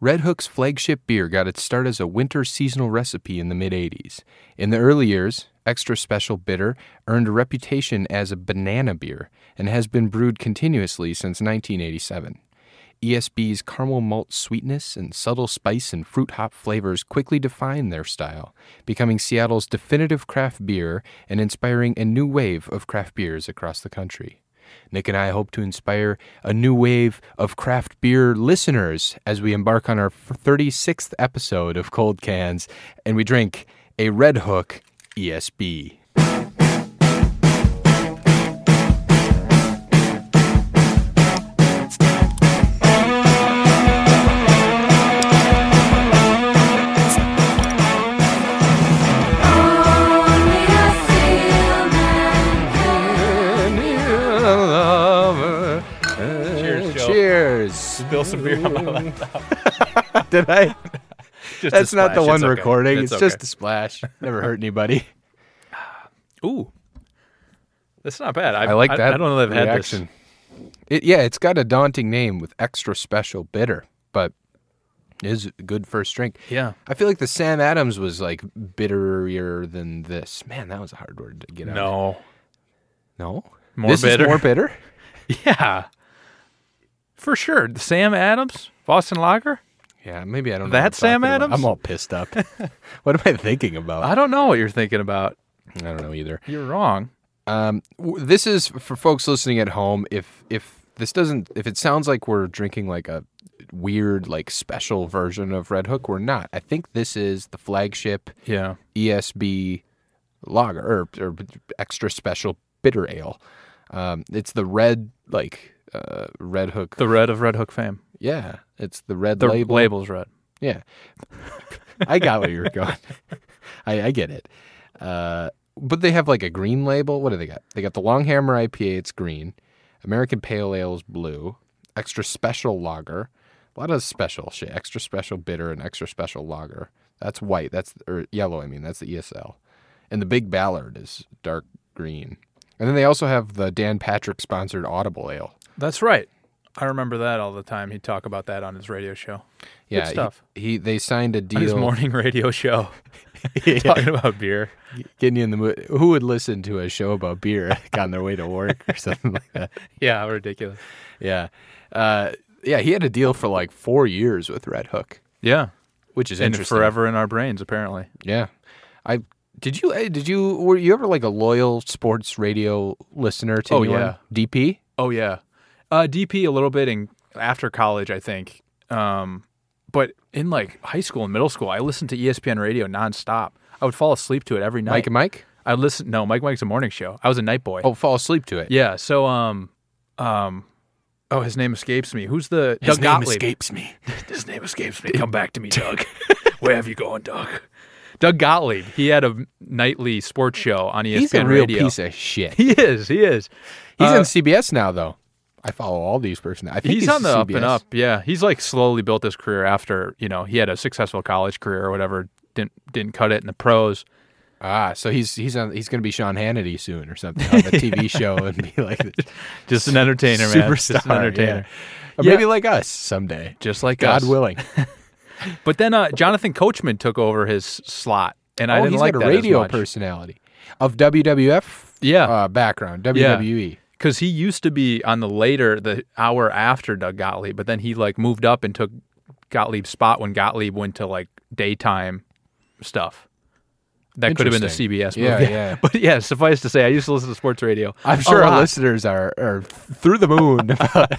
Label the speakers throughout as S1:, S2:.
S1: Red Hook's flagship beer got its start as a winter seasonal recipe in the mid 80s. In the early years, Extra Special Bitter earned a reputation as a banana beer and has been brewed continuously since 1987. ESB's caramel malt sweetness and subtle spice and fruit hop flavors quickly defined their style, becoming Seattle's definitive craft beer and inspiring a new wave of craft beers across the country. Nick and I hope to inspire a new wave of craft beer listeners as we embark on our 36th episode of Cold Cans and we drink a Red Hook E ESB.
S2: Only a sealman
S1: Cheers,
S3: Joe.
S1: Cheers.
S3: Spill some beer on my lap.
S1: Did I?
S3: Just a
S1: That's not the
S3: splash.
S1: one
S3: It's okay.
S1: recording. It's,
S3: okay.
S1: just a splash. Never hurt anybody.
S3: ooh. That's not bad. I,
S1: I like that.
S3: I, don't know that I've
S1: reaction.
S3: had
S1: It, yeah, it's got a daunting name with extra special bitter, but it is a good first drink.
S3: this. Yeah.
S1: I feel like the Sam Adams was like bitterier than this. Man, that was a hard word to get out.
S3: No.
S1: no,
S3: More
S1: this
S3: bitter.
S1: Is more bitter.
S3: Yeah. For sure. Sam Adams, Boston Lager.
S1: Yeah, maybe I don't. know.
S3: That
S1: what I'm
S3: Sam
S1: talking about.
S3: Adams? Uh,
S1: I'm all pissed up. what am I thinking about?
S3: I don't know what you're thinking about.
S1: I don't know either.
S3: You're wrong.
S1: Um, w- this is for folks listening at home. If if this doesn't, if it sounds like we're drinking like a weird, like special version of Red Hook, we're not. I think this is the flagship
S3: Yeah.
S1: ESB lager or, or extra special bitter ale. Um, it's the red like uh, Red Hook.
S3: The red of Red Hook fame.
S1: yeah, it's the red
S3: The
S1: label.
S3: label's red.
S1: Yeah. I got where you were going. I, I get it. Uh, but they have like a green label. What do they got? They got the Longhammer IPA, it's green. American Pale Ale is blue. Extra Special Lager. A lot of special shit. Extra Special Bitter and Extra Special Lager. That's white. That's, or yellow, I mean. That's the ESL. And the Big Ballard is dark green. And then they also have the Dan Patrick sponsored Audible Ale.
S3: That's right. I remember that all the time. He'd talk about that on his radio show.
S1: Yeah, he-
S3: stuff.
S1: He, they signed a deal.
S3: On his morning radio show. Talking about beer.
S1: getting you in the mood. Who would listen to a show about beer like, on their way to work or something like that?
S3: Yeah, ridiculous.
S1: Yeah, uh, yeah. He had a deal for like four years with Red Hook,
S3: Yeah.
S1: which is
S3: And
S1: interesting.
S3: forever in our brains, apparently.
S1: Yeah, I did you eh, did you were you ever like a loyal sports radio listener to
S3: Oh,
S1: anyone?
S3: yeah.
S1: DP.
S3: Oh yeah, uh, DP a little bit in after college, I think. Um, but in like high school and middle school, I listened to E ESPN radio nonstop. I would fall asleep to it every night.
S1: Mike and Mike.
S3: I listen. No, Mike Mike's a morning show. I was a night boy.
S1: Oh, fall asleep to it.
S3: yeah. So um, um, oh, his name escapes me. Who's the Doug Gottlieb?
S1: me.
S3: His name escapes me. Come back to me, Doug. Where have you gone, Doug? Doug Gottlieb. He had a nightly sports show on E ESPN
S1: He's a real
S3: radio.
S1: piece of shit.
S3: He is. He is.
S1: He's
S3: Uh,
S1: in CBS now, though. I follow all these person. I think
S3: he's,
S1: he's
S3: on the up and
S1: CBS.
S3: up. Yeah, he's like slowly built his career after you know he had a successful college career or whatever. Didn't didn't cut it in the pros.
S1: Ah, so he's he's on he's going to be Sean Hannity soon or something on the TV show and be like the
S3: Just an entertainer, man. Just an
S1: Superstar,
S3: entertainer.
S1: Or
S3: Yeah.
S1: Maybe like us someday.
S3: Just like
S1: God
S3: us.
S1: willing.
S3: But then uh, Jonathan Coachman took over his slot, and I
S1: oh,
S3: didn't
S1: he's
S3: like
S1: got a
S3: that
S1: radio
S3: as much
S1: personality of WWF
S3: Yeah.
S1: uh, background, E. WWE.
S3: because he used to be on the later the hour after Doug Gottlieb, but then he like moved up and took Gottlieb's spot when Gottlieb went to like daytime stuff. That could have been the
S1: Interesting.
S3: CBS movie.
S1: Yeah, yeah.
S3: But yeah, suffice to say, I used to listen to sports radio.
S1: I'm
S3: a
S1: sure our
S3: lot.
S1: listeners are, are through the moon about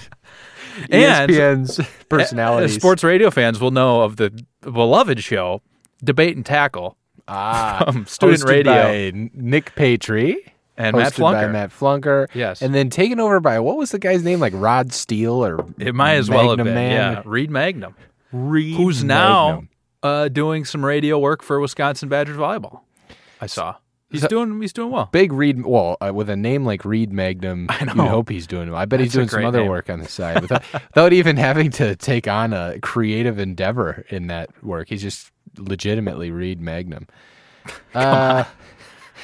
S1: E
S3: And-
S1: ESPN's personalities.
S3: Uh, Sports radio fans will know of the beloved show, Debate and Tackle,
S1: ah,
S3: um, student
S1: hosted
S3: radio
S1: by N- Nick Patry.
S3: and Matt
S1: hosted by
S3: Flunker.
S1: Matt Flunker.
S3: Yes.
S1: And then taken over by what was the guy's name? Like Rod Steele or
S3: It might as well have
S1: Magnum
S3: been.
S1: Man?
S3: Yeah, Reed Magnum,
S1: Reed
S3: who's now
S1: Magnum.
S3: uh, doing some radio work for Wisconsin Badgers volleyball. I saw he's
S1: So-
S3: doing he's doing well.
S1: big Reed. Well, uh, with a name like Reed Magnum, I
S3: know.
S1: you hope he's doing. I bet he's
S3: That's a
S1: doing some
S3: great
S1: other
S3: name.
S1: work on the side without, without even having to take on a creative endeavor in that work. He's just legitimately Reed Magnum. Uh,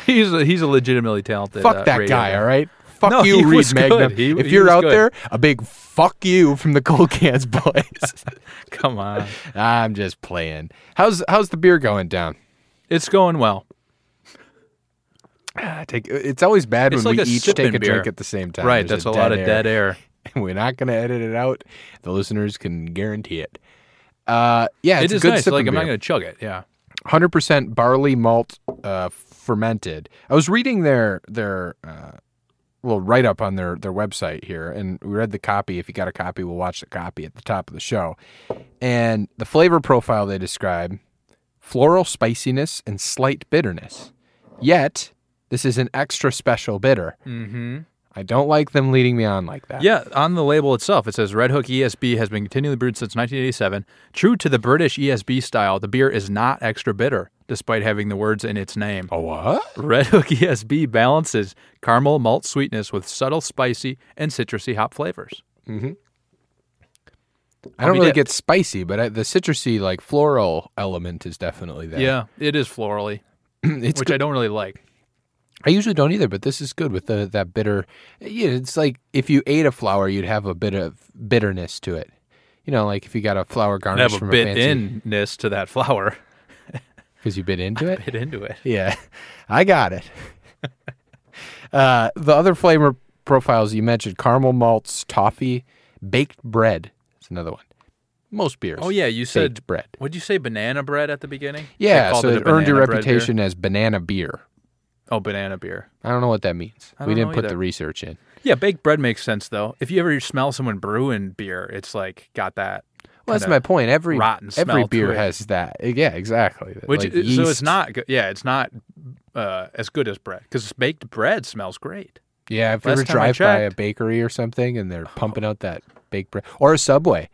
S3: He's a, he's a legitimately talented. uh,
S1: fuck that
S3: radio
S1: guy. All right. fuck
S3: No,
S1: you,
S3: he
S1: Reed
S3: was good.
S1: Magnum.
S3: He-
S1: if
S3: he
S1: you're
S3: was
S1: out
S3: good.
S1: there, a big fuck you from the Cold Cans boys.
S3: Come on.
S1: I'm just playing. How's how's the beer going down?
S3: It's going well.
S1: Ah, Take, it's always bad
S3: It's
S1: when
S3: like
S1: we
S3: a
S1: each
S3: sipping
S1: take a drink
S3: beer.
S1: at the same time.
S3: right.
S1: There's
S3: That's a, lot of
S1: air.
S3: dead air.
S1: We're not going to edit it out. The listeners can guarantee it. Uh, yeah, it's
S3: it is
S1: a good
S3: nice.
S1: sipping
S3: Like I'm
S1: beer.
S3: not going to chug it. Yeah.
S1: hundred percent barley malt uh, fermented. I was reading their their uh, little write up on their their website here, and we read the copy. If you got a copy, we'll watch the copy at the top of the show. And the flavor profile they describe: floral spiciness and slight bitterness. Yet this is an extra special bitter.
S3: Mm-hmm.
S1: I don't like them leading me on like that.
S3: Yeah. On the label itself, it says Red Hook ESB has been continually brewed since 1987. True to the British ESB style, the beer is not extra bitter, despite having the words in its name.
S1: A what?
S3: Red Hook ESB balances caramel malt sweetness with subtle spicy and citrusy hop flavors.
S1: I don't
S3: be
S1: really
S3: dead.
S1: get spicy, but I, the citrusy, like floral element, is definitely there.
S3: Yeah, it is florally,
S1: it's
S3: which I don't really like.
S1: I usually don't either, but this is good with the that bitter. Yeah, it's like if you ate a flower, you'd have a bit of bitterness to it. You know, like if you got a flower
S3: I
S1: garnish
S3: have a
S1: from
S3: bit
S1: a fancy
S3: inness to that flower.
S1: because you bit into it.
S3: Bit into it.
S1: Yeah, I got it. uh, the other flavor profiles you mentioned: caramel malts, toffee, baked bread. It's another one. Most beers.
S3: Oh yeah, you said
S1: baked bread.
S3: Would you say banana bread at the beginning? They
S1: Yeah,
S3: called
S1: so
S3: a
S1: it earned your
S3: banana bread beer.
S1: reputation as banana beer.
S3: Oh, banana beer.
S1: I don't know what that means.
S3: I
S1: We
S3: don't
S1: didn't
S3: know
S1: put the
S3: either.
S1: research in.
S3: Yeah, baked bread makes sense though. If you ever smell someone brewing beer, it's like got that.
S1: Well, that's
S3: kinda-
S1: my point. Every
S3: rotten smell
S1: every
S3: to
S1: beer
S3: it.
S1: has that. Eh, Yeah, exactly.
S3: Which
S1: Like
S3: is- so
S1: yeast.
S3: it's not. go- Yeah, it's not uh, as good as bread because baked bread smells great.
S1: Yeah, if you ever
S3: Last time I
S1: drive by a
S3: checked.
S1: bakery or something and they're pumping out that baked bread or a subway,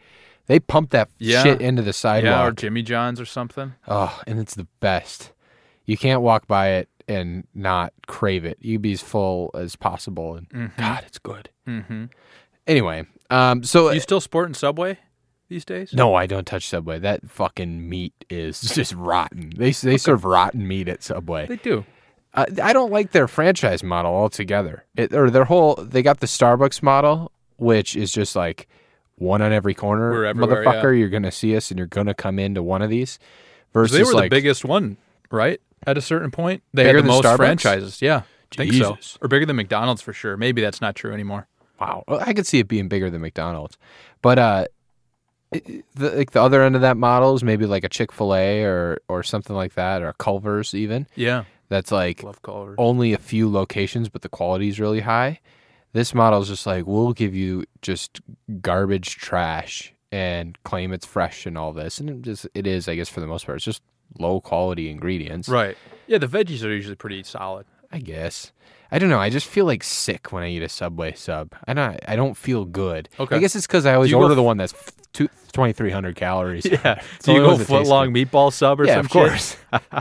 S1: they pump that
S3: Yeah.
S1: shit into the
S3: Yeah, or
S1: sidewalk.
S3: Jimmy John's or something.
S1: Oh, and it's the best. You can't walk by it and not crave it. You be as full as possible, and God, it's good.
S3: Mm-hmm.
S1: Anyway, um, so
S3: You still sporting Subway these days?
S1: no, I don't touch Subway. That fucking meat is just rotten. They they serve rotten meat at Subway.
S3: they do.
S1: Uh, I don't like their franchise model altogether. It, or their whole they got the Starbucks model, which is just like one on every corner.
S3: We're everywhere,
S1: Motherfucker, you're gonna see us and you're gonna come into one of these.
S3: 'Cause
S1: Versus
S3: They were
S1: like
S3: the biggest one, right? At a certain point, they
S1: Bigger
S3: had the
S1: than
S3: most
S1: Starbucks?
S3: franchises. Yeah, think so,
S1: Jesus.
S3: or bigger than McDonald's for sure. Maybe that's not true anymore.
S1: wow, I could see it being bigger than McDonald's, but uh, it- it- the, like the other end of that model is maybe like a Chick Fil A or or something like that, or a Culver's even.
S3: Yeah,
S1: That's like
S3: love Culver's.
S1: only a few locations, but the quality is really high. This model is just like we'll give you just garbage trash and claim it's fresh and all this, and it just it is, I guess, for the most part, it's just low quality ingredients.
S3: Right. Yeah, the veggies are usually pretty solid.
S1: I guess. I don't know. I just feel like sick when I eat a Subway sub. I don't. I don't feel good.
S3: Okay.
S1: I guess it's because I always
S3: you go
S1: order
S3: f-
S1: the one that's twenty three hundred calories.
S3: Yeah.
S1: It's
S3: Do you
S1: the only
S3: go
S1: ones that
S3: foot
S1: taste
S3: long
S1: good.
S3: meatball sub or
S1: Yeah,
S3: some
S1: of course.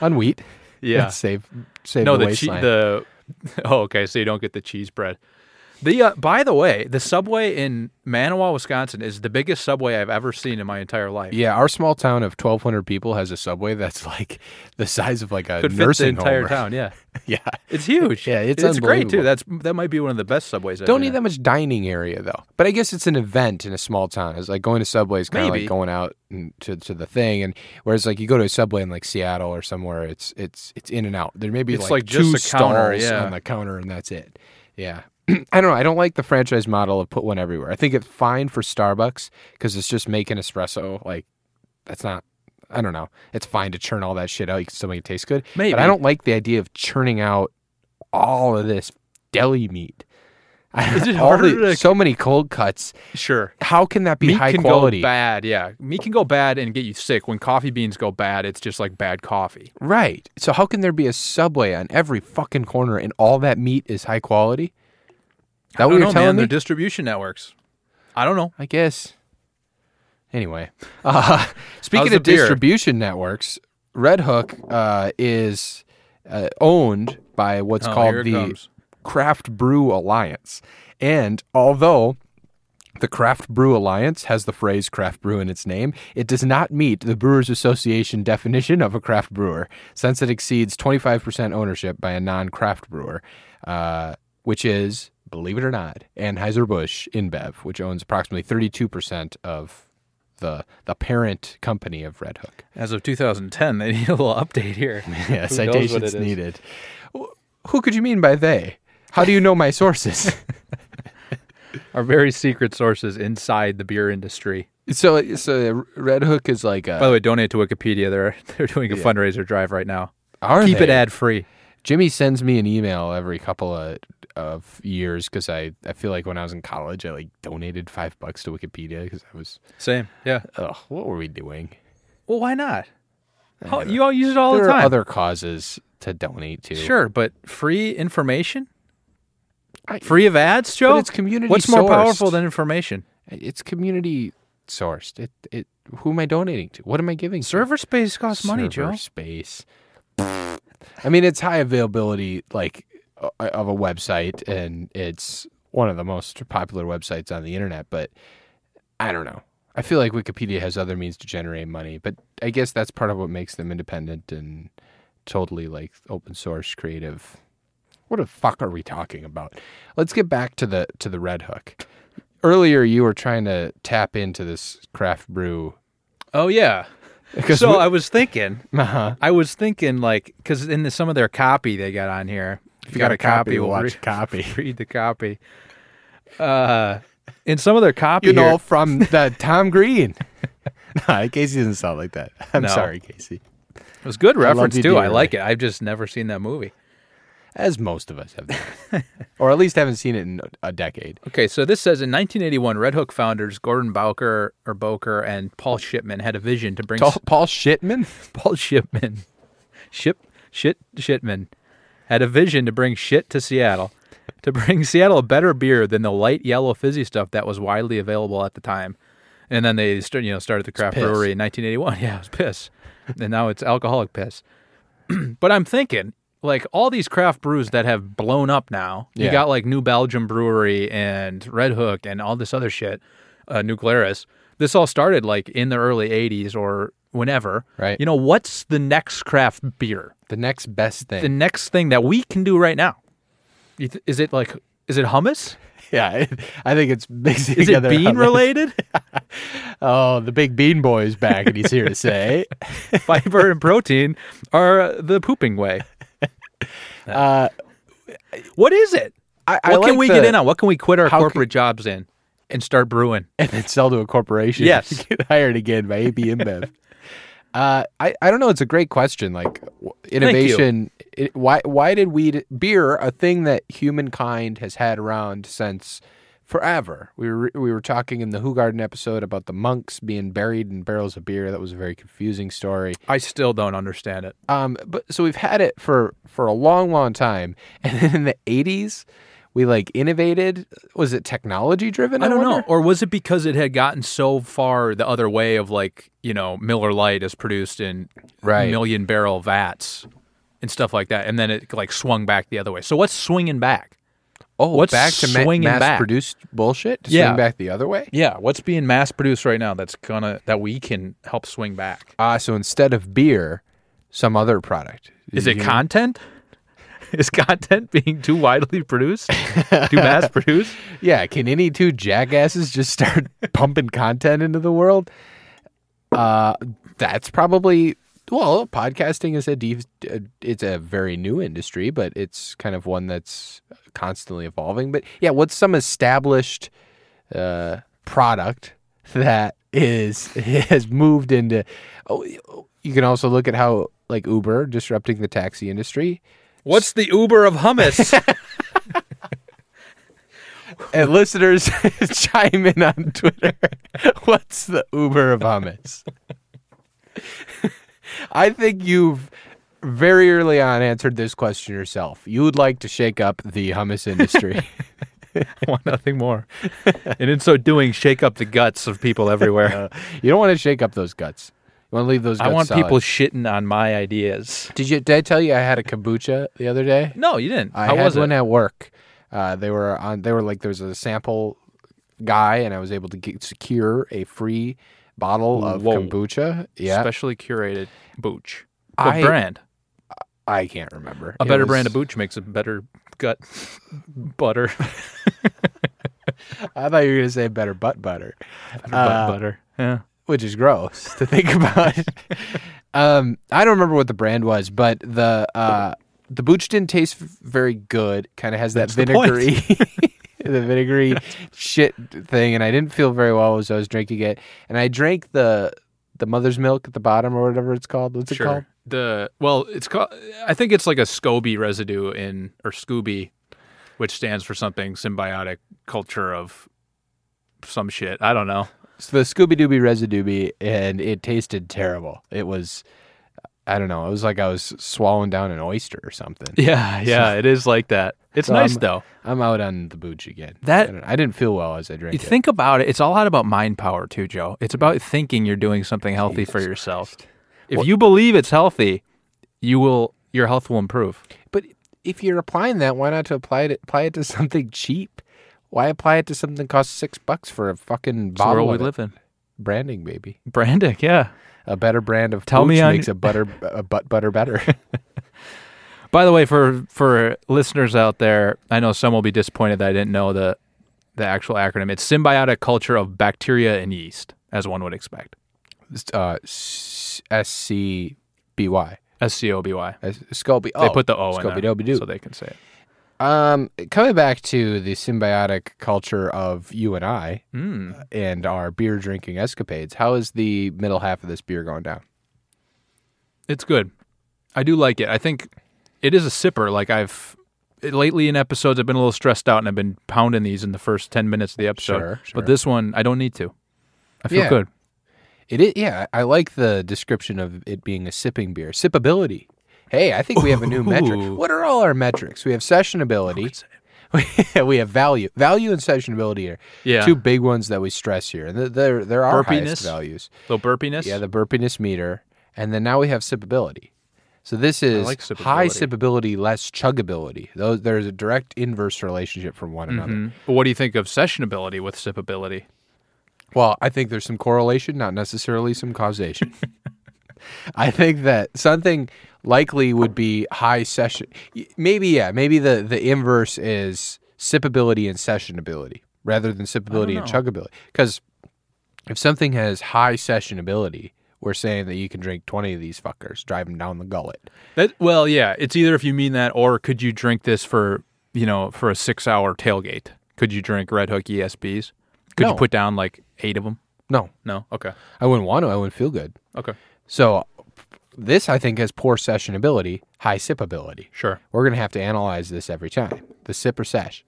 S1: On wheat.
S3: Shit? Yeah.
S1: Let's save save
S3: no,
S1: the,
S3: the che-
S1: waistline.
S3: the Oh, okay, so you don't get the cheese bread. The uh, by the way, the subway in Manawa, Wisconsin is the biggest subway I've ever seen in my entire life.
S1: Yeah, our small town of 1,200 people has a subway that's like the size of like a
S3: Could fit the
S1: nursing
S3: entire
S1: home.
S3: town, yeah.
S1: yeah,
S3: It's huge.
S1: Yeah, it's
S3: great too.
S1: unbelievable.
S3: That's that might be one of the best subways I've
S1: don't
S3: been
S1: need
S3: at.
S1: that much dining area though. But I guess it's an event in a small town. It's like going to Subway is kind of like
S3: Maybe.
S1: going out and to to the thing, and whereas like you go to a Subway in like Seattle or somewhere, it's it's it's in and out. There may be
S3: It's
S1: like,
S3: like
S1: two
S3: just a counter,
S1: stalls
S3: yeah.
S1: on the counter, and that's it. Yeah. I don't know. I don't like the franchise model of put one everywhere. I think it's fine for Starbucks because it's just making espresso. Like, that's not, I don't know. It's fine to churn all that shit out. You can still make it taste good.
S3: Maybe.
S1: But I don't like the idea of churning out all of this deli meat.
S3: Is it
S1: All
S3: harder
S1: the-
S3: to-
S1: so many cold cuts.
S3: Sure.
S1: How can that be
S3: Meat
S1: high
S3: can
S1: quality?
S3: go bad, yeah. Meat can go bad and get you sick. When coffee beans go bad, it's just like bad coffee.
S1: Right. So how can there be a subway on every fucking corner and all that meat is high quality? That
S3: I
S1: what
S3: don't
S1: you're
S3: know,
S1: telling
S3: man.
S1: me?
S3: They're distribution networks. I don't know.
S1: I guess. Anyway, uh, speaking
S3: How's
S1: of
S3: the beer?
S1: distribution networks, Red Hook uh, is uh, owned by what's
S3: Oh,
S1: called
S3: here it
S1: the
S3: comes.
S1: Craft Brew Alliance. And although the Craft Brew Alliance has the phrase craft brew in its name. It does not meet the Brewers Association definition of a craft brewer, since it exceeds 25% ownership by a non craft brewer. Uh, which is, believe it or not, Anheuser-Busch InBev, which owns approximately 32% of the the parent company of Red Hook.
S3: As of 2010, they need a little update here.
S1: Yeah,
S3: Who knows what it
S1: citations
S3: is?
S1: needed. Wh- Who could you mean by they? How do you know my sources?
S3: Our very secret sources inside the beer industry.
S1: so, so Red Hook is like a.
S3: By the way, donate to Wikipedia. They're they're doing a
S1: Yeah.
S3: fundraiser drive right now.
S1: Are
S3: Keep it
S1: they?
S3: ad free.
S1: Jimmy sends me an email every couple of, of years because I, I feel like when I was in college, I like donated five bucks to Wikipedia because I was,
S3: Same. Yeah.
S1: ugh, what were we doing?
S3: Well, why not? How- you all use it all
S1: there
S3: the time.
S1: are other causes to donate to.
S3: Sure, but free information,
S1: I-
S3: free of ads, Joe.
S1: it's community
S3: What's more
S1: sourced.
S3: powerful than information?
S1: It's community sourced. It, it, who am I donating to? What am I giving? to?
S3: Server space costs money,
S1: Server
S3: Joe.
S1: Space. I mean, it's high availability, like o- of a website, and it's one of the most popular websites on the internet. But I don't know. I feel like Wikipedia has other means to generate money, but I guess that's part of what makes them independent and totally like open source creative. What the fuck are we talking about? Let's get back to the to the Red Hook. Earlier, you were trying to tap into this craft brew.
S3: Oh yeah.
S1: Because
S3: So
S1: we-
S3: I was thinking,
S1: Uh-huh.
S3: I was thinking, like, because in the, some of their copy they got on here, if you got, a copy, we'll re-
S1: copy.
S3: read the copy. Uh, in some of their copy,
S1: you
S3: here-
S1: know, from the Tom Green. no, Casey doesn't sound like that. I'm
S3: No.
S1: sorry, Casey.
S3: it was good
S1: love
S3: reference
S1: you,
S3: too. I
S1: dearly.
S3: like it. I've just never seen that movie.
S1: As most of us have done. or at least haven't seen it in a decade.
S3: Okay, so this says in 1981, Red Hook founders Gordon Bowker or Boker and Paul Shipman had a vision to bring
S1: Paul, Paul Shitman?
S3: Paul Shipman, ship shit Shipman, had a vision to bring shit to Seattle, to bring Seattle a better beer than the light yellow fizzy stuff that was widely available at the time. And then they start, you know started the craft
S1: piss.
S3: brewery in 1981. Yeah, it was piss, and now it's alcoholic piss. but I'm thinking like all these craft brews that have blown up now. You
S1: Yeah.
S3: got like New Belgium Brewery and Red Hook and all this other shit, uh, New Glarus. This all started like in the early 80s or whenever.
S1: Right.
S3: You know, what's the next craft beer?
S1: The next best thing.
S3: The next thing that we can do right now? You th- Is it like, is it hummus?
S1: yeah, I, I think it's mixing
S3: Is it
S1: together.
S3: bean
S1: hummus.
S3: related?
S1: Oh, the big bean boy is back and he's here to say.
S3: Fiber and protein are the pooping way.
S1: Uh,
S3: What is it?
S1: I, I
S3: What can
S1: like
S3: we
S1: the-
S3: get in on? What can we quit our
S1: How can-
S3: corporate jobs in and start brewing?
S1: and then sell to a corporation.
S3: Yes.
S1: get hired again by AB InBev. uh, I I don't know. It's a great question. Like w- innovation. It, why why did we d- beer a thing that humankind has had around since forever? We were we were talking in the Who Garden episode about the monks being buried in barrels of beer. That was a very confusing story.
S3: I still don't understand it.
S1: Um, but so we've had it for for a long, long time, and then in the eighties. We like innovated. Was it technology driven?
S3: I don't
S1: wonder?
S3: know. Or was it because it had gotten so far the other way of like, you know, Miller Lite is produced in
S1: Right.
S3: million barrel vats and stuff like that. And then it like swung back the other way. So what's swinging back?
S1: Oh,
S3: What's
S1: back to ma-
S3: swinging back?
S1: mass-produced bullshit? To
S3: Yeah.
S1: Swing back the other way?
S3: Yeah. What's being mass produced right now that's gonna, that we can help swing back?
S1: Ah, so instead of beer, some other product.
S3: Is
S1: You
S3: it
S1: know?
S3: content? Is content being too widely produced? too mass produced?
S1: Yeah, can any two jackasses just start pumping content into the world? Uh, that's probably well, podcasting is a deep, it's a very new industry, but it's kind of one that's constantly evolving. But yeah, what's some established uh, product that is has moved into? Oh, you can also look at how like Uber disrupting the taxi industry.
S3: What's the Uber of hummus?
S1: And listeners, chime in on Twitter. What's the Uber of hummus? I think you've very early on answered this question yourself. You would like to shake up the hummus industry.
S3: want nothing more. and in so doing, shake up the guts of people everywhere.
S1: you don't want to shake up those guts. You want to leave those guts
S3: I want
S1: solid.
S3: people shitting on my ideas.
S1: Did you did I tell you I had a kombucha the other day?
S3: No, you didn't.
S1: I
S3: How
S1: had
S3: was
S1: one
S3: it?
S1: at work. Uh, they were on. They were like there was a sample guy, and I was able to get, secure a free bottle of
S3: Whoa.
S1: kombucha. Yeah,
S3: Specially curated booch. What
S1: I-
S3: brand?
S1: I can't remember.
S3: A
S1: It
S3: better
S1: was-
S3: brand of booch makes a better gut butter.
S1: I thought you were gonna say better butt butter, Uh,
S3: butter. Yeah.
S1: which is gross to think about. um, I don't remember what the brand was, but the uh, the booch didn't taste v- very good. Kind of has that
S3: That's the point.
S1: vinegary, the, vinegary shit thing, and I didn't feel very well as I was drinking it. And I drank the the mother's milk at the bottom or whatever it's called. What's it called?
S3: Sure. The well, it's called. I think it's like a SCOBY residue in or Scooby, which stands for something symbiotic culture of some shit. I don't know.
S1: It's the Scooby Dooby residue, and it tasted terrible. It was. I don't know. It was like I was swallowing down an oyster or something.
S3: Yeah, yeah, it is like that. It's
S1: So
S3: nice
S1: I'm-
S3: though.
S1: I'm out on the booch again.
S3: That-
S1: I, don't- I didn't feel well as I drank
S3: You
S1: it.
S3: think about it. It's all out about mind power too, Joe. It's about
S1: Mm.
S3: thinking you're doing something healthy for yourself. If you believe it's healthy, you will. Your health will improve.
S1: But if you're applying that, why not to apply it apply it to something cheap? Why apply it to something that costs six bucks for a fucking
S3: It's the
S1: bottle
S3: world we
S1: of it?
S3: live in.
S1: branding, baby?
S3: Brandon, yeah.
S1: A better brand of
S3: Tell me
S1: pooch
S3: on-
S1: makes a butter a butt butter better.
S3: By the way, for for listeners out there, I know some will be disappointed that I didn't know the the actual acronym. It's symbiotic culture of bacteria and yeast, as one would expect.
S1: uh, S C B Y. Oh,
S3: S C O B Y.
S1: Scooby.
S3: They put the O in
S1: Scooby
S3: there,
S1: Dooby Doo.
S3: so they can say it.
S1: Um, coming back to the symbiotic culture of you and I
S3: Mm.
S1: and our beer drinking escapades, how is the middle half of this beer going down?
S3: It's good. I do like it. I think it is a sipper. Like I've lately in episodes, I've been a little stressed out, and I've been pounding these in the first ten minutes of the episode.
S1: Sure, sure.
S3: But this one, I don't need to. I feel
S1: Yeah.
S3: good.
S1: It is, yeah. I like the description of it being a sipping beer. Sippability. Hey, I think we have a new metric.
S3: Ooh.
S1: What are all our metrics? We have sessionability. we have value. Value and sessionability are
S3: Yeah.
S1: two big ones that we stress here, and th- there there are highest
S3: Burpiness?
S1: values.
S3: Little burpiness.
S1: Yeah, the burpiness meter, and then now we have sippability. So this is
S3: like sippability.
S1: high sippability, less chuggability. Those there's a direct inverse relationship from one another.
S3: Mm. But what do you think of sessionability with sippability?
S1: Well, I think there's some correlation, not necessarily some causation. I think that something likely would be high session. y- Maybe yeah, maybe the the inverse is sippability and sessionability rather than sippability and chuggability. Because if something has high sessionability, we're saying that you can drink twenty of these fuckers, drive them down the gullet.
S3: That well, yeah, it's either if you mean that or could you drink this for you know for a six hour tailgate? Could you drink Red Hook ESPs? Could
S1: No.
S3: you put down like eight of them?
S1: No,
S3: No. Okay.
S1: I wouldn't want to. I wouldn't feel good.
S3: Okay.
S1: So this I think has poor sessionability, high sippability.
S3: Sure.
S1: We're going to have to analyze this every time. The sip or sesh.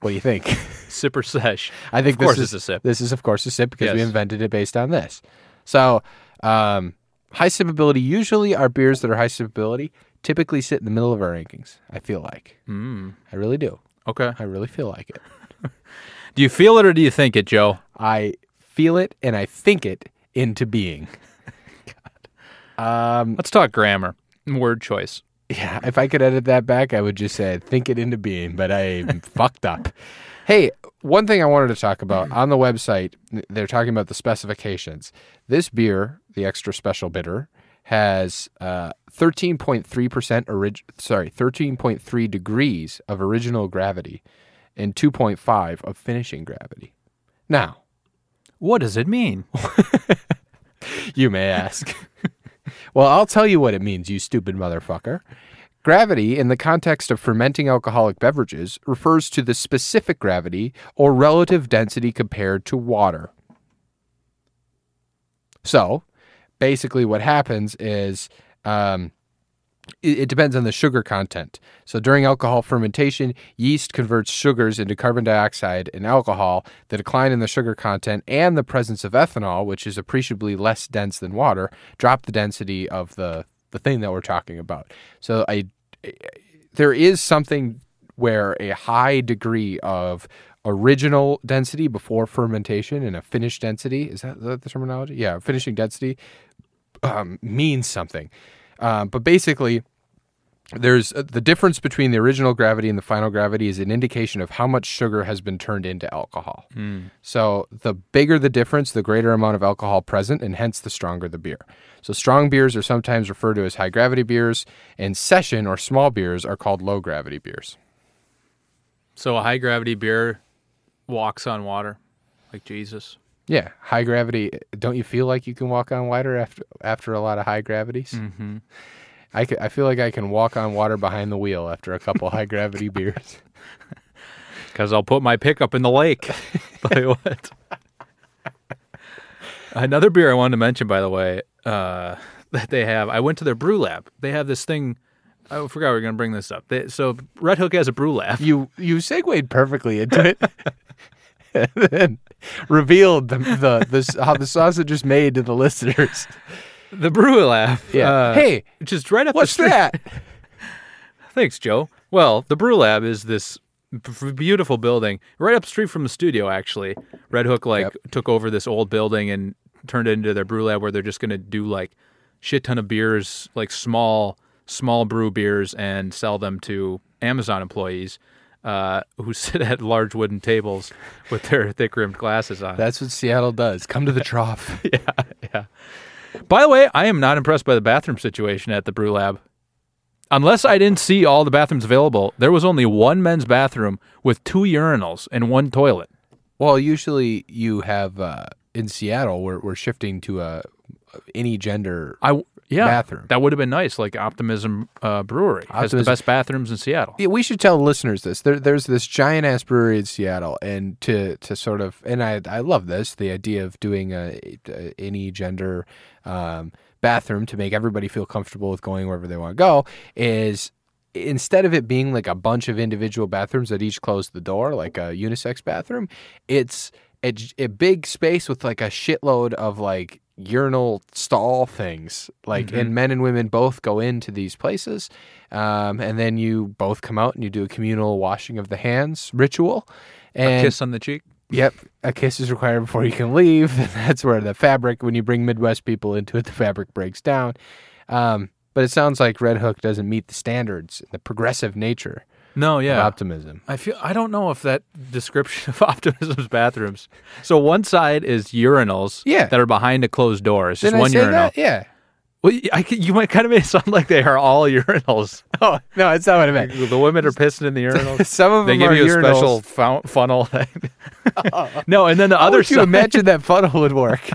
S1: What do you think?
S3: Sip or sesh.
S1: I think
S3: Of
S1: this
S3: course
S1: is
S3: it's a sip.
S1: This is of course a sip because we
S3: Yes.
S1: invented it based on this. So, um, high sippability. Usually, our beers that are high sippability typically sit in the middle of our rankings. I feel like
S3: Mm.
S1: I really do.
S3: Okay.
S1: I really feel like it.
S3: Do you feel it or do you think it, Joe?
S1: I feel it and I think it into being. Um,
S3: Let's talk grammar and word choice.
S1: Yeah, if I could edit that back, I would just say "I'd think it into being, but I fucked up. Hey, one thing I wanted to talk about on the website, they're talking about the specifications. This beer, the extra special bitter, has uh, 13.3 percent orig- sorry, 13.3 degrees of original gravity and 2.5 of finishing gravity. Now,
S3: What does it mean?
S1: you may ask. well, I'll tell you what it means, you stupid motherfucker. Gravity, in the context of fermenting alcoholic beverages, refers to the specific gravity or relative density compared to water. So, basically, what happens is um, it, it depends on the sugar content. So, during alcohol fermentation, yeast converts sugars into carbon dioxide and alcohol. The decline in the sugar content and the presence of ethanol, which is appreciably less dense than water, drop the density of the the thing that we're talking about. So, I there is something where a high degree of original density before fermentation and a finished density is that the the terminology? Yeah, finishing density um, means something. Um, but Uh, basically, there's uh, the difference between the original gravity and the final gravity is an indication of how much sugar has been turned into alcohol. So the bigger the difference, the greater amount of alcohol present, and hence the stronger the beer. So strong beers are sometimes referred to as high gravity beers, and session or small beers are called low gravity beers.
S3: So a high gravity beer walks on water, like Jesus.
S1: Yeah, high gravity. uh, Don't you feel like you can walk on water after after a lot of high gravities? Mm-hmm. I, c- I feel like I can walk on water behind the wheel after a couple high gravity beers.
S3: Because I'll put my pickup in the lake. Tell you what. Another beer I wanted to mention, by the way, uh, that they have. I went to their brew lab. They have this thing. I forgot we were going to bring this up. They, so Red Hook has a brew lab.
S1: You you segued perfectly into it, and then revealed the, the the s- how the sausage is made to the listeners.
S3: The brew lab.
S1: Yeah. Hey,
S3: just right up the
S1: What's
S3: street.
S1: that?
S3: Thanks, Joe. Well, the Brew Lab is this b- beautiful building right up the street from the studio. Actually, Red Hook like took over this old building and turned it into their brew lab, where they're just gonna do like shit ton of beers, like small small brew beers, and sell them to Amazon employees uh, who sit at large wooden tables with their thick rimmed glasses on.
S1: That's what Seattle does. Come to the trough.
S3: By the way, I am not impressed by the bathroom situation at the Brew Lab. Unless I didn't see all the bathrooms available, there was only one men's bathroom with two urinals and one toilet.
S1: Well, usually you have uh, in Seattle we're we're shifting to a any gender.
S3: I yeah,
S1: Bathroom.
S3: That would have been nice. Like Optimism uh, Brewery has the
S1: Optimism-
S3: best bathrooms in Seattle.
S1: Yeah, we should tell listeners this. There, there's this giant ass brewery in Seattle, and to to sort of and I I love this the idea of doing a, a any gender um, bathroom to make everybody feel comfortable with going wherever they want to go is. Instead of it being like a bunch of individual bathrooms that each close the door, like a unisex bathroom, it's a, j- a big space with like a shitload of like urinal stall things. Like,
S3: Mm-hmm.
S1: and men and women both go into these places. Um, and then you both come out and you do a communal washing of the hands ritual. And
S3: Kiss on the cheek.
S1: yep, a kiss is required before you can leave. That's where the fabric, when you bring Midwest people into it, the fabric breaks down. Um, but it sounds like Red Hook doesn't meet the standards, the progressive nature
S3: No,
S1: of
S3: yeah.
S1: optimism.
S3: I feel I don't know if that description of Optimism's bathrooms. So one side is urinals
S1: Yeah.
S3: that are behind a closed door. It's just
S1: Did I
S3: one
S1: say
S3: urinal.
S1: that? Yeah.
S3: Well, y- I c- you might kind of make it sound like they are all urinals.
S1: Oh, no, that's not what I meant.
S3: the women are pissing in the urinals.
S1: Some of
S3: they
S1: them
S3: give
S1: are
S3: you a
S1: urinals.
S3: special fou- funnel. no, and then the
S1: How
S3: other
S1: would you
S3: side.
S1: imagine that funnel would work?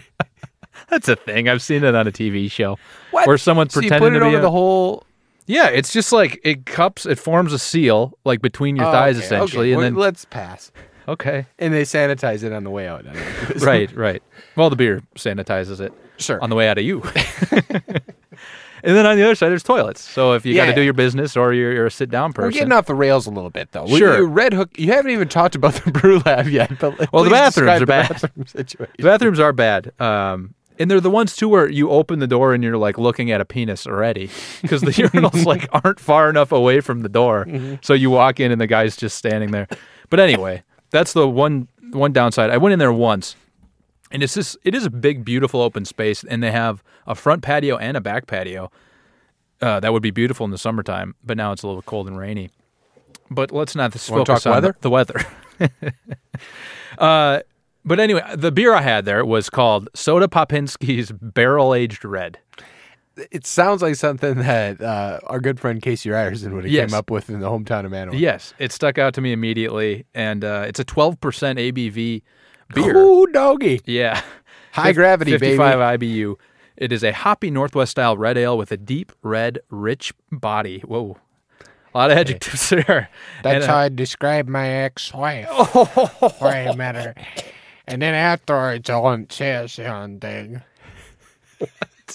S3: that's a thing. I've seen it on a TV show
S1: What?
S3: where someone's
S1: So you
S3: pretending
S1: put it
S3: to be
S1: over
S3: a-
S1: the whole.
S3: yeah, it's just like it cups. It forms a seal like between your
S1: Oh,
S3: thighs
S1: okay,
S3: essentially,
S1: okay.
S3: and
S1: Well,
S3: then
S1: let's pass.
S3: okay,
S1: And they sanitize it on the way out. I think.
S3: right, right. Well, the beer sanitizes it
S1: Sure.
S3: on the way out of you. And then on the other side, there's toilets. So if you got
S1: Yeah.
S3: to do your business or you're, you're a sit down person,
S1: We're getting off the rails a little bit, though. We-
S3: Sure.
S1: you- Red Hook. You haven't even talked about the brew lab yet. But let-
S3: Well, the
S1: please
S3: bathrooms
S1: describe
S3: are
S1: the
S3: bad.
S1: bathroom situation.
S3: The bathrooms are bad. Um, and they're the ones too where you open the door and you're like looking at a penis already because the urinals like aren't far enough away from the door. So you walk in and the guy's just standing there. But anyway, that's the one one downside. I went in there once and it's just it is a big beautiful open space and they have a front patio and a back patio. Uh, that would be beautiful in the summertime, but now it's a little cold and rainy. But let's not just
S1: Wanna
S3: focus
S1: talk
S3: on
S1: weather?
S3: the weather. Uh, But anyway, the beer I had there was called Soda Popinski's Barrel Aged Red.
S1: It sounds like something that uh, our good friend Casey Ryerson would have
S3: Yes.
S1: came up with in the hometown of Manoa.
S3: Yes, it stuck out to me immediately, and uh, it's a 12% ABV beer.
S1: Ooh, doggy.
S3: Yeah,
S1: High gravity, baby.
S3: 55 IBU. It is a hoppy Northwest style red ale with a deep red, rich body. Whoa, a lot of adjectives there.
S4: That's
S3: And, uh,
S4: how I described my ex-wife. Before I met her. And then afterwards, I went chase on thing.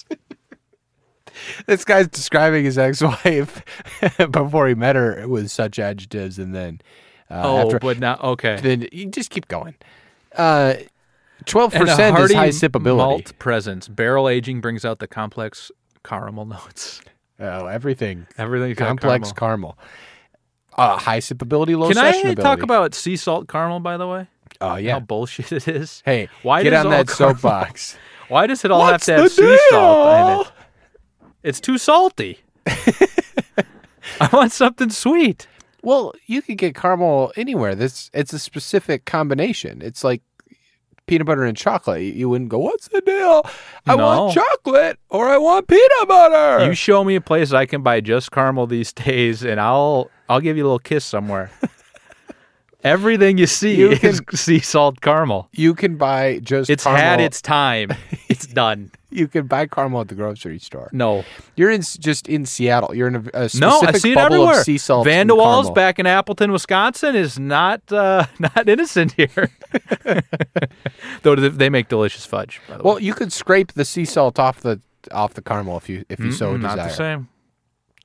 S1: This guy's describing his ex-wife before he met her with such adjectives, and then uh,
S3: oh,
S1: after,
S3: but not okay.
S1: then you just keep going. Uh, Twelve
S3: And a
S1: percent is
S3: hearty
S1: high sippability.
S3: Malt presence. Barrel aging brings out the complex caramel notes.
S1: Oh, everything
S3: Everything's got
S1: complex caramel.
S3: caramel.
S1: Uh, high sippability, low
S3: Can I
S1: sessionability.
S3: talk about sea salt caramel, by the way?
S1: Oh yeah.
S3: How bullshit it is.
S1: Hey,
S3: why
S1: get
S3: does
S1: on
S3: all
S1: that
S3: caramel-
S1: soapbox.
S3: Why does it all
S1: What's
S3: have to
S1: the
S3: have sea salt in it? It's too salty. I want something sweet.
S1: Well, you could get caramel anywhere. This it's a specific combination. It's like peanut butter and chocolate. You- You wouldn't go, "What's the deal? I want
S3: No.
S1: chocolate or I want peanut butter."
S3: You show me a place I can buy just caramel these days, and I'll I'll give you a little kiss somewhere. Everything you see
S1: You
S3: is sea salt caramel.
S1: you can buy just
S3: It's
S1: caramel.
S3: had its time. It's done.
S1: you can buy caramel at the grocery store.
S3: No,
S1: You're in just in Seattle. You're in a, a specific
S3: no, I see it
S1: bubble
S3: everywhere.
S1: of sea salt.
S3: Van
S1: and
S3: de Waals
S1: caramel.
S3: back in Appleton, Wisconsin, is not uh, not innocent here. Though th- they make delicious fudge. By the way.
S1: Well, you could scrape the sea salt off the off the caramel if you if you so
S3: Mm, not the
S1: desire.
S3: same.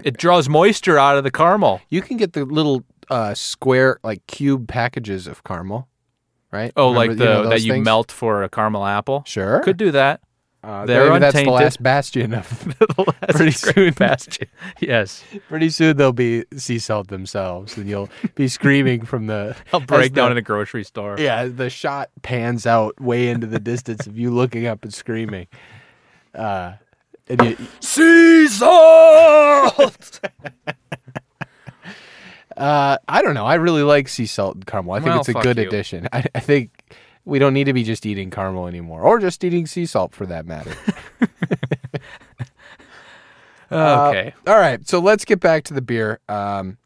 S3: It draws moisture out of the caramel.
S1: You can get the little uh, square like cube packages of caramel, right?
S3: Oh,
S1: Remember,
S3: like the
S1: know,
S3: that
S1: those
S3: you
S1: things?
S3: melt for a caramel apple.
S1: Sure,
S3: Could do that.
S1: uh,
S3: they're
S1: maybe that's the
S3: untainted.
S1: last bastion of.
S3: Pretty
S1: great
S3: soon, bastion. yes,
S1: Pretty soon they'll be sea salt themselves, and you'll be screaming from the.
S3: I'll
S1: as
S3: break down
S1: the-
S3: in a grocery store.
S1: Yeah, the shot pans out way into the distance of you looking up and screaming. Uh, and you,
S3: Sea salt.
S1: uh, I don't know. I really like sea salt and caramel. I think
S3: Well,
S1: it's a
S3: fuck
S1: good
S3: you.
S1: addition. I, I think we don't need to be just eating caramel anymore, or just eating sea salt for that matter. Uh,
S3: okay.
S1: All right, so let's get back to the beer. Um,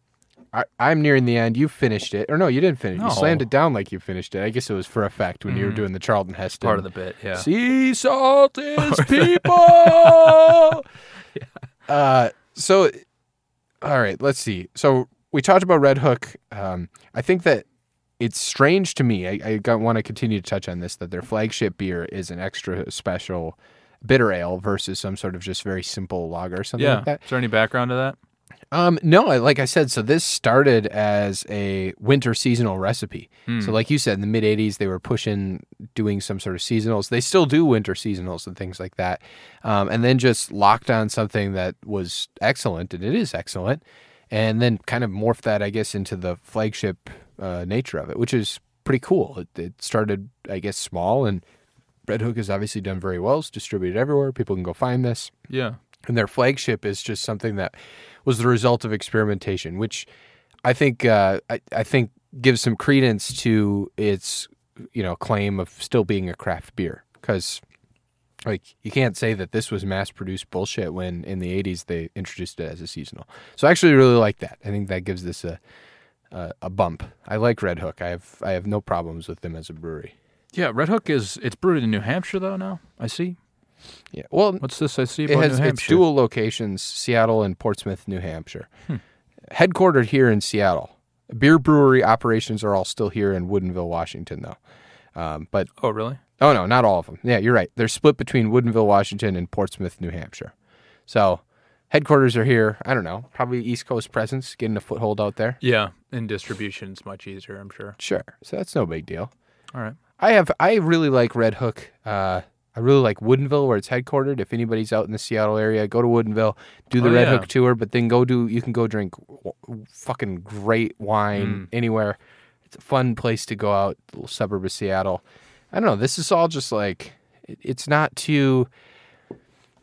S1: I, I'm nearing the end. You finished it, or no? You didn't finish. it.
S3: No. Mm.
S1: You slammed it down like you finished it. I guess it was for effect when you were doing the Charlton Heston
S3: Part of the bit. Yeah.
S1: Sea salt is people. uh, so, all right, let's see. So we talked about Red Hook. Um, I think that it's strange to me. I, I got, want to continue to touch on this that their flagship beer is an extra special bitter ale versus some sort of just very simple lager or something
S3: yeah.
S1: like that.
S3: Is there any background to that?
S1: Um, no, I- like I said, so this started as a winter seasonal recipe.
S3: Hmm.
S1: So, like you said, in the mid 80s, they were pushing doing some sort of seasonals. They still do winter seasonals and things like that. Um, and then just locked on something that was excellent, and it is excellent. And then kind of morphed that, I guess, into the flagship uh, nature of it, which is pretty cool. It, it started, I guess, small, and Red Hook has obviously done very well. It's distributed everywhere. People can go find this
S3: Yeah.
S1: and their flagship is just something that was the result of experimentation, which I think uh, I, I think gives some credence to its you know claim of still being a craft beer because like you can't say that this was mass produced bullshit when in the 80s they introduced it as a seasonal. So I actually really like that. I think that gives this a a, a bump. I like Red Hook. I have I have no problems with them as a brewery.
S3: Yeah. Red Hook is it's brewed in New Hampshire though. Now I see.
S1: Yeah. Well,
S3: What's this? I see
S1: it
S3: about
S1: has
S3: New
S1: its
S3: Hampshire.
S1: dual locations, Seattle and Portsmouth, New Hampshire.
S3: Hmm.
S1: Headquartered here in Seattle. Beer brewery operations are all still here in Woodinville, Washington, though. Um, but
S3: oh really?
S1: oh no, not all of them. Yeah, you're right. They're split between Woodinville, Washington, and Portsmouth, New Hampshire. So headquarters are here. I don't know, probably East Coast presence, getting a foothold out there.
S3: Yeah. And distribution's much easier, I'm sure.
S1: Sure. So that's no big deal.
S3: All right.
S1: I have I really like Red Hook. Uh, I really like Woodinville where it's headquartered. If anybody's out in the Seattle area, go to Woodinville, do the
S3: Oh,
S1: Red
S3: yeah.
S1: Hook tour, but then go do you can go drink w- w- fucking great
S3: Mm.
S1: wine anywhere. It's a fun place to go out, little suburb of Seattle. I don't know. This is all just like it, it's not too.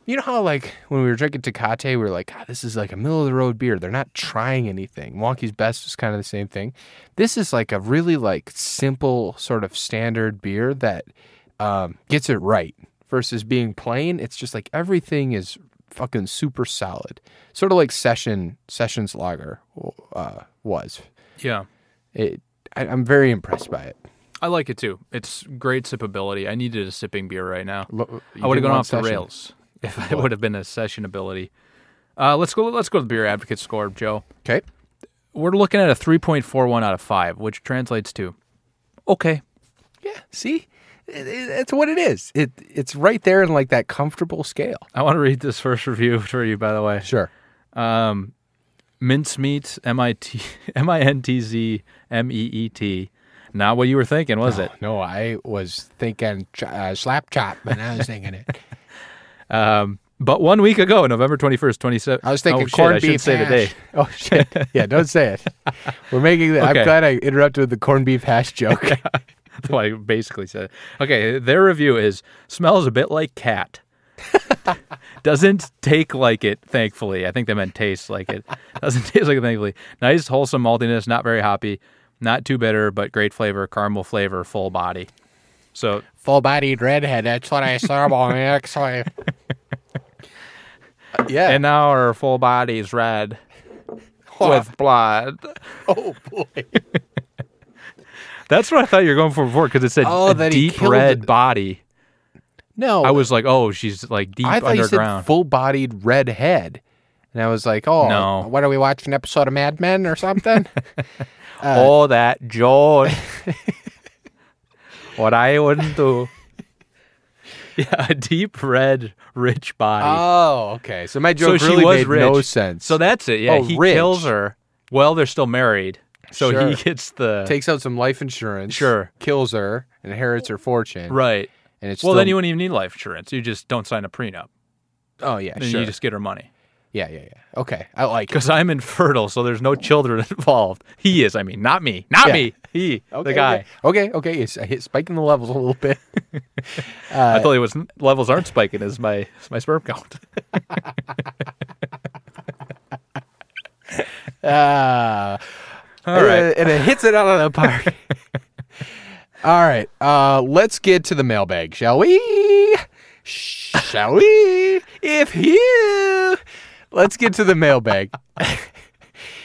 S1: You know how like when we were drinking Tecate, we were like, God, this is like a middle of the road beer. They're not trying anything. Milwaukee's Best was kind of the same thing. This is like a really like simple sort of standard beer that um, gets it right versus being plain. It's just like everything is fucking super solid. Sort of like Session Sessions Lager uh, was.
S3: Yeah.
S1: It. I, I'm very impressed by it.
S3: I like it too. It's great sippability. I needed a sipping beer right now.
S1: Lo- you
S3: I would
S1: didn't
S3: have gone
S1: want
S3: off the
S1: Session.
S3: rails if I would have been a session ability. Uh, let's go. Let's go to the beer advocate score, Joe.
S1: Okay.
S3: We're looking at a three point four one out of five, which translates to okay.
S1: Yeah. See, it, it, it's what it is. It it's right there in like that comfortable scale.
S3: I want to read this first review for you, by the way.
S1: Sure.
S3: Um, mincemeat, M I T M I N T Z M E E T. Not what you were thinking, was it?
S1: No, I was thinking ch- uh, slap chop, and I was thinking it.
S3: Um, but one week ago, November twenty first, twenty seven.
S1: I was thinking
S3: oh, shit,
S1: corned
S3: I should
S1: beef
S3: Say
S1: hash.
S3: today.
S1: Oh shit! Yeah, don't say it. We're making. The,
S3: Okay.
S1: I'm glad I interrupted with the corned beef hash joke.
S3: Well, I basically said. Okay, their review is smells a bit like cat. Doesn't take like it, thankfully. I think they meant taste like it. Doesn't taste like it, thankfully. Nice, wholesome maltiness, not very hoppy, not too bitter, but great flavor, caramel flavor, full body. So
S4: Full bodied redhead. That's what I saw about my ex wife.
S1: Yeah.
S3: and now our full body is red with blood.
S4: Oh, boy.
S3: That's what I thought you were going for before because it said
S1: Oh,
S3: a
S1: that he
S3: deep
S1: killed
S3: red
S1: it.
S3: body.
S1: no,
S3: I was like, oh, she's like deep
S1: I thought you said
S3: underground.
S1: full bodied red head. And I was like, oh,
S3: No.
S4: What are we watching? An episode of Mad Men or something?
S1: Oh,
S3: All that joy. what I wouldn't do. Yeah, a deep red, rich body.
S1: Oh, okay. So my joke
S3: so
S1: really
S3: she was
S1: made
S3: rich.
S1: no sense.
S3: So that's it. Yeah,
S1: Oh,
S3: he
S1: rich.
S3: kills her. Well, they're still married, so
S1: Sure.
S3: he gets the
S1: takes out some life insurance.
S3: Sure.
S1: Kills her, inherits her fortune.
S3: right.
S1: And it's
S3: Well,
S1: still,
S3: then you wouldn't even need life insurance. You just don't sign a prenup,
S1: Oh yeah,
S3: and
S1: sure.
S3: you just get her money.
S1: Yeah, yeah, yeah. Okay, I like it.
S3: Because I'm infertile, so there's no children involved. He is. I mean, not me. Not
S1: Yeah.
S3: me. He,
S1: Okay,
S3: the guy.
S1: yeah. Okay, okay. It's, it's spiking the levels a little bit.
S3: I thought he was levels aren't spiking as my as my sperm count.
S1: Uh,
S3: All right.
S1: and it hits it out of the park. All right, uh, let's get to the mailbag, shall we? Shall we? If you, let's get to the mailbag.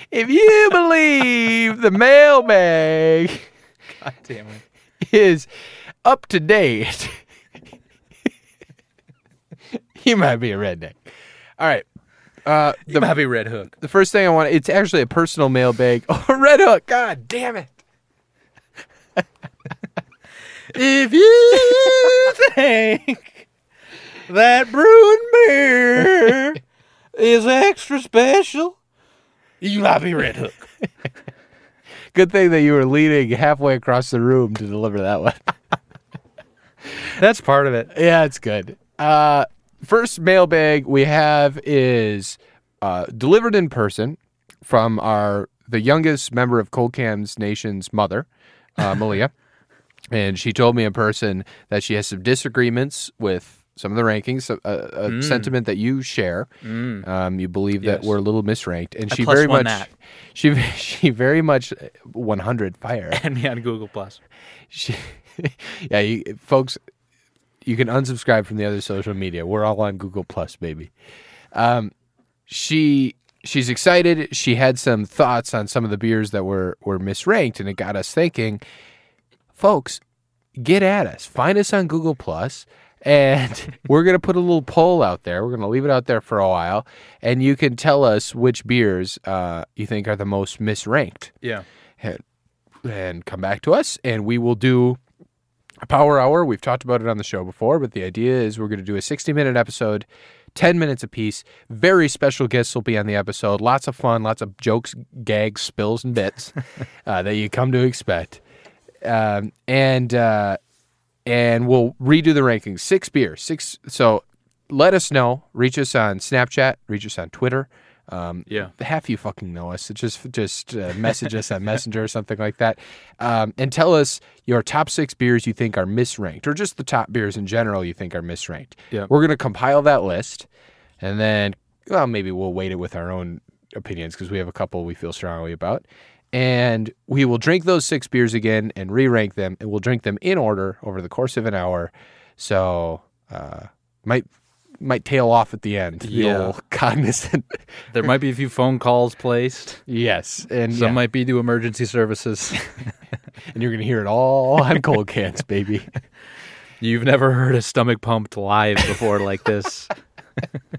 S1: if you believe the mailbag
S3: Damn it.
S1: is up to date, you might be a redneck. All right, uh,
S3: The happy red hook.
S1: the first thing I want, it's actually a personal mailbag. Oh, Red Hook. God damn it.
S3: If you think that brewing beer is extra special, you might be Red Hook.
S1: Good thing that you were leaning halfway across the room to deliver that one.
S3: That's part of it.
S1: yeah, it's good. Uh, first mailbag we have is uh, delivered in person from our the youngest member of Cold Cam's Nation's mother, uh, Malia. and she told me in person that she has some disagreements with some of the rankings, so- a, a sentiment that you share. Um, you believe that
S3: Mm. Yes.
S1: we're a little misranked, and she
S3: plus
S1: very
S3: one
S1: much
S3: that.
S1: she she very much 100 fire
S3: And me on Google Plus.
S1: she, yeah, you, folks, you can unsubscribe from the other social media. We're all on Google Plus, baby. Um, she she's excited. She had some thoughts on some of the beers that were were misranked, and it got us thinking, folks, get at us. Find us on Google Plus, and we're gonna put a little poll out there. We're gonna leave it out there for a while, and you can tell us which beers uh, you think are the most misranked
S3: Yeah.
S1: and come back to us and we will do a power hour we've talked about it on the show before but the idea is we're going to do a 60 minute episode 10 minutes apiece very special guests will be on the episode lots of fun lots of jokes gags spills and bits uh, that you come to expect um, and uh, and we'll redo the rankings six beers six so let us know reach us on snapchat reach us on twitter um,
S3: Yeah.
S1: half you fucking know us. So just just uh, message us on Messenger or something like that, um, and tell us your top six beers you think are misranked, or just the top beers in general you think are misranked.
S3: Yeah.
S1: we're gonna compile that list, and then well maybe we'll weight it with our own opinions because we have a couple we feel strongly about, and we will drink those six beers again and re-rank them, and we'll drink them in order over the course of an hour. So uh, might might tail off at the end. the
S3: Yeah.
S1: old cognizant.
S3: There might be a few phone calls placed.
S1: yes, and
S3: Some
S1: yeah.
S3: might be to emergency services.
S1: and you're gonna hear it all on cold cans, baby.
S3: You've never heard a stomach pumped live before like this.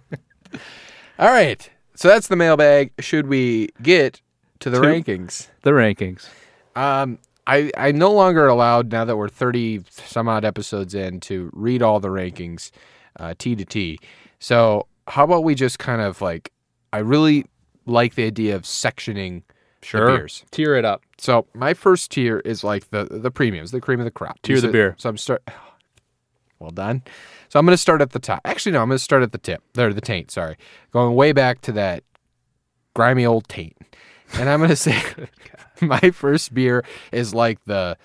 S1: All right, so that's the mailbag. Should we get to the
S3: To-
S1: rankings?
S3: The rankings.
S1: Um, I I'm no longer allowed now that we're thirty some odd episodes in to read all the rankings, uh, T to T. So how about we just kind of like I really like the idea of sectioning the beers.
S3: Tear it up.
S1: So my first tier is like the the premiums, the cream of the crop.
S3: Tier the
S1: So-
S3: beer.
S1: So I'm start. Well done. So I'm going to start at the top. Actually, no, I'm going to start at the tip. There, the taint. Sorry, going way back to that grimy old taint, and I'm going to say my first beer is like the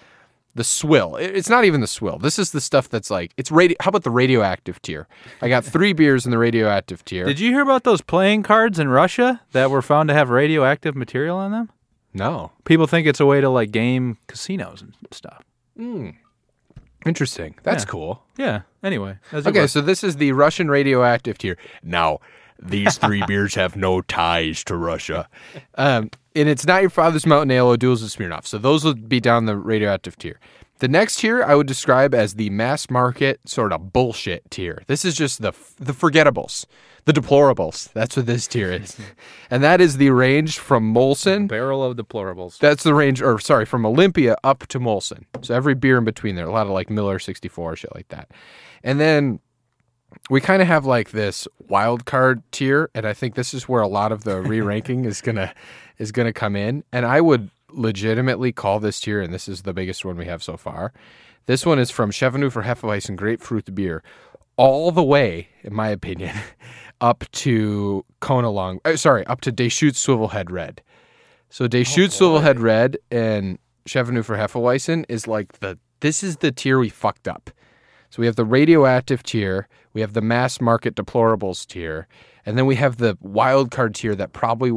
S1: the swill. It- It's not even the swill. This is the stuff that's like it's radio. How about the radioactive tier? I got three beers in the radioactive tier.
S3: Did you hear about those playing cards in Russia that were found to have radioactive material on them?
S1: No.
S3: People think it's a way to like game casinos and stuff.
S1: Interesting. That's
S3: Yeah.
S1: cool.
S3: Yeah. Anyway, as it
S1: Okay,
S3: was.
S1: so this is the Russian radioactive tier. Now, these three beers have no ties to Russia. Um, and it's not your father's mountain ale or duels of Smirnoff. So those would be down the radioactive tier. The next tier I would describe as the mass market sort of bullshit tier. This is just the the forgettables, the deplorables. That's what this tier is, and that is the range from Molson
S3: barrel of deplorables.
S1: that's the range, or sorry, from Olympia up to Molson. So every beer in between there, a lot of like Miller 64, shit like that. And then we kind of have like this wild card tier, and I think this is where a lot of the re-ranking is gonna is gonna come in. And I would legitimately call this tier, and this is the biggest one we have so far. This one is from Chevenue for Hefeweizen Grapefruit Beer, all the way, in my opinion, up to Kona Long. uh, sorry, up to Deschutes Swivelhead Red. So Deschutes Swivelhead Red and Chevenue for Hefeweizen is like the this is the tier we fucked up. So we have the radioactive tier, we have the mass market deplorables tier, and then we have the wild card tier that probably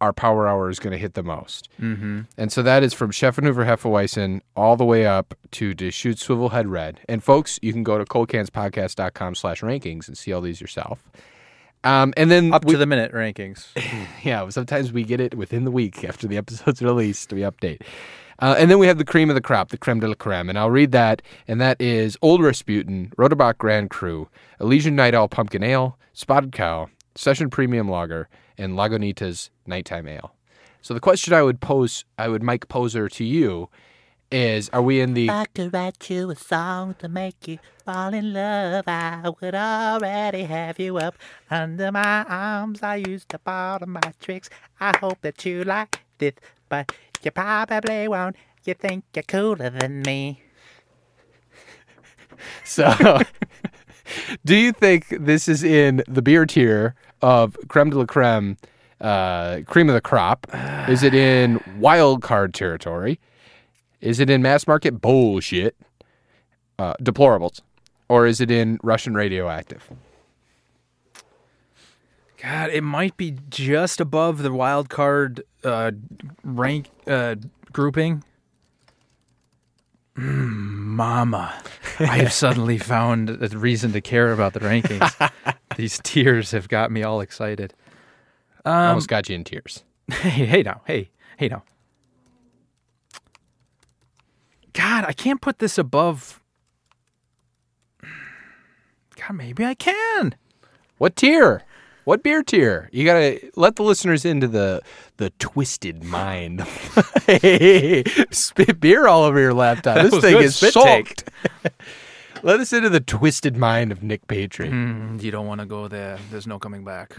S1: our power hour is going to hit the most. Mm-hmm. And so that is from Sheffenhoover Hefeweizen all the way up to Deschutes Swivelhead Red. And folks, you can go to coldcanspodcast.com slash rankings and see all these yourself. Um, and then
S3: Up
S1: we-
S3: to the minute rankings.
S1: yeah, sometimes we get it within the week after the episode's released. We update. Uh, and then we have the cream of the crop, the creme de la creme. And I'll read that. And that is Old Rasputin, Rotabach Grand Cru, Elysian Night Owl Pumpkin Ale, Spotted Cow, Session Premium Lager, and Lagunitas Nighttime Ale. So the question I would pose, I would Mike Poser to you is Are we in the.
S5: I could write you a song to make you fall in love. I would already have you up under my arms. I used up all of my tricks. I hope that you like this, but you probably won't. You think you're cooler than me.
S1: So, do you think this is in the beer tier of creme de la creme, uh, cream of the crop? Is it in wild card territory? Is it in mass market bullshit, uh, deplorables, or is it in Russian radioactive?
S3: God, it might be just above the wild card uh, rank uh, grouping. Mm, mama, I have suddenly found a reason to care about the rankings. These tears have got me all excited.
S1: Almost got you in tears.
S3: Hey, hey now, hey, hey now. God, I can't put this above. God, maybe I can.
S1: What tier? What beer tier? You gotta let the listeners into the the twisted mind. hey, spit beer all over your laptop. this
S3: was
S1: thing
S3: good
S1: is
S3: spit
S1: soaked. let us into the twisted mind of Nick Patry.
S3: Mm, You don't want to go there. There's no coming back.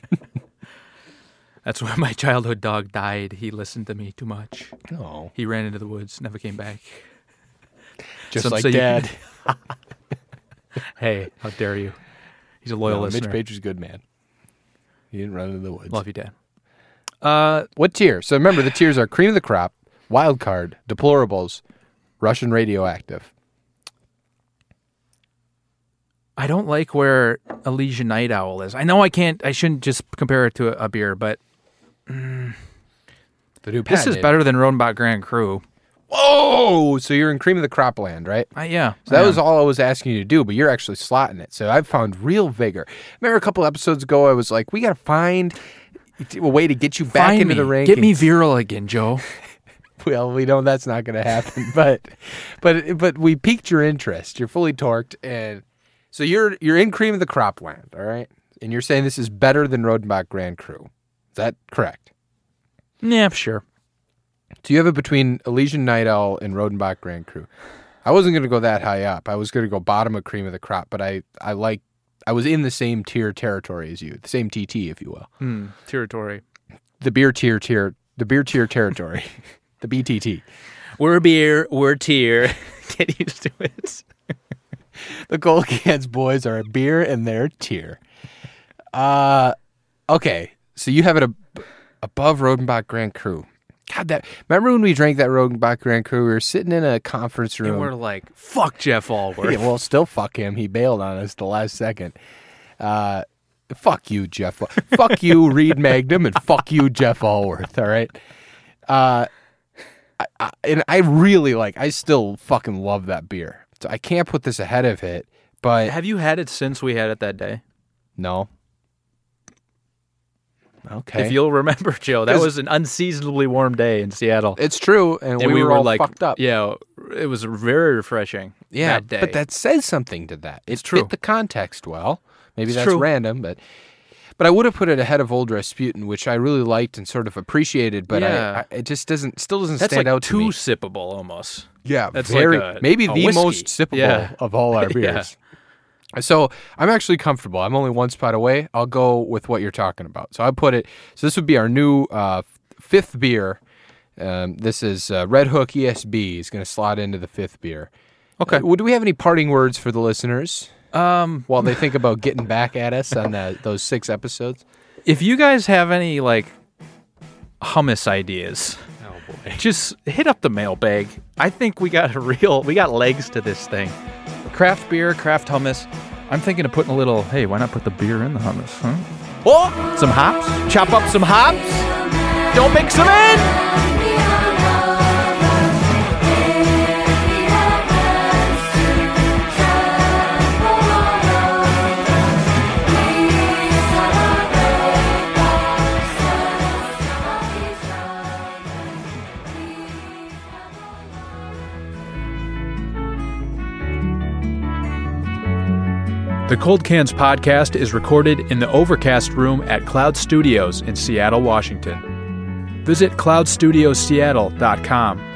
S3: That's why my childhood dog died. He listened to me too much.
S1: Oh,
S3: He ran into the woods, never came back.
S1: just
S3: Some
S1: like
S3: say you-
S1: Dad.
S3: Hey, how dare you? He's a loyal
S1: No, Mitch
S3: listener.
S1: Patry's a good man. He didn't run into the woods.
S3: Love you, Dad. Uh,
S1: What tier? So remember, the tiers are cream of the crop, wild card, deplorables, Russian radioactive.
S3: I don't like where Elysian Night Owl is. I know I can't. I shouldn't just compare it to a, a beer, but
S1: The new
S3: this is better than Rodenbach Grand Cru.
S1: Whoa! So you're in cream of the crop land, right?
S3: Uh, yeah,
S1: So that
S3: yeah.
S1: was all I was asking you to do, but you're actually slotting it. So I've found real vigor. Remember a couple episodes ago, I was like, we got to find a way to get you back
S3: Find
S1: into
S3: me.
S1: the rankings.
S3: Get me virile again, Joe.
S1: Well, we know that's not going to happen, but but but we piqued your interest. You're fully torqued, and so you're you're in cream of the cropland, all right. And you're saying this is better than Rodenbach Grand Cru. Is that correct?
S3: yeah, sure.
S1: So you have it between Elysian Night Owl and Rodenbach Grand Cru. I wasn't going to go that high up. I was going to go bottom of cream of the crop, but I, I like I was in the same tier territory as you, the same TT, if you will,
S3: Hmm, territory.
S1: the beer tier tier, the beer tier territory, the BTT.
S3: We're beer, we're tear. Get used to it.
S1: The Gold Cans boys are a beer in their tier. Uh, okay, so you have it ab- above Rodenbach Grand Cru. God, that remember when we drank that Rodenbach Grand Cru? We were sitting in a conference room.
S3: And we're like, fuck Jeff Allworth.
S1: Yeah, well, still fuck him. He bailed on us the last second. Uh, fuck you, Jeff. fuck you, Reed Magnum, and fuck you, Jeff Allworth. All right. Uh, I, I, and I really like. I still fucking love that beer. So I can't put this ahead of it. But
S3: Have you had it since we had it that day?
S1: no. Okay.
S3: If you'll remember, Joe, that
S1: 'Cause-
S3: was an unseasonably warm day in Seattle.
S1: it's true, and,
S3: and
S1: we, were, all
S3: like,
S1: fucked up.
S3: Yeah, it was very refreshing.
S1: Yeah,
S3: that day.
S1: but that says something to that. It
S3: It's true.
S1: fit the context well. Maybe
S3: It's
S1: that's
S3: true.
S1: random, but but I would have put it ahead of Old Rasputin, which I really liked and sort of appreciated. But
S3: Yeah.
S1: I, I, it just doesn't still doesn't
S3: that's
S1: stand
S3: like
S1: out
S3: too
S1: to me.
S3: sippable almost.
S1: Yeah,
S3: that's
S1: very
S3: like a-
S1: maybe
S3: a
S1: the
S3: whiskey.
S1: most sippable
S3: Yeah.
S1: of all our
S3: Yeah.
S1: beers. So I'm actually comfortable. I'm only one spot away. I'll go with what you're talking about. So I put it. So this would be our new uh, fifth beer. Um, this is uh, Red Hook ESB. Is going to slot into the fifth beer.
S3: Okay.
S1: Uh, well, do we have any parting words for the listeners
S3: Um,
S1: while they think about getting back at us on the, those six episodes?
S3: if you guys have any like hummus ideas, oh boy, just hit up the mailbag. I think we got a real, we got legs to this thing. Craft beer, craft hummus. I'm thinking of putting a little. Hey, why not put the beer in the hummus? Huh? Oh, some hops. Chop up some hops. Don't mix them in. The Cold Cans podcast is recorded in the Overcast room at Cloud Studios in Seattle, Washington. Visit cloudstudioseattle.com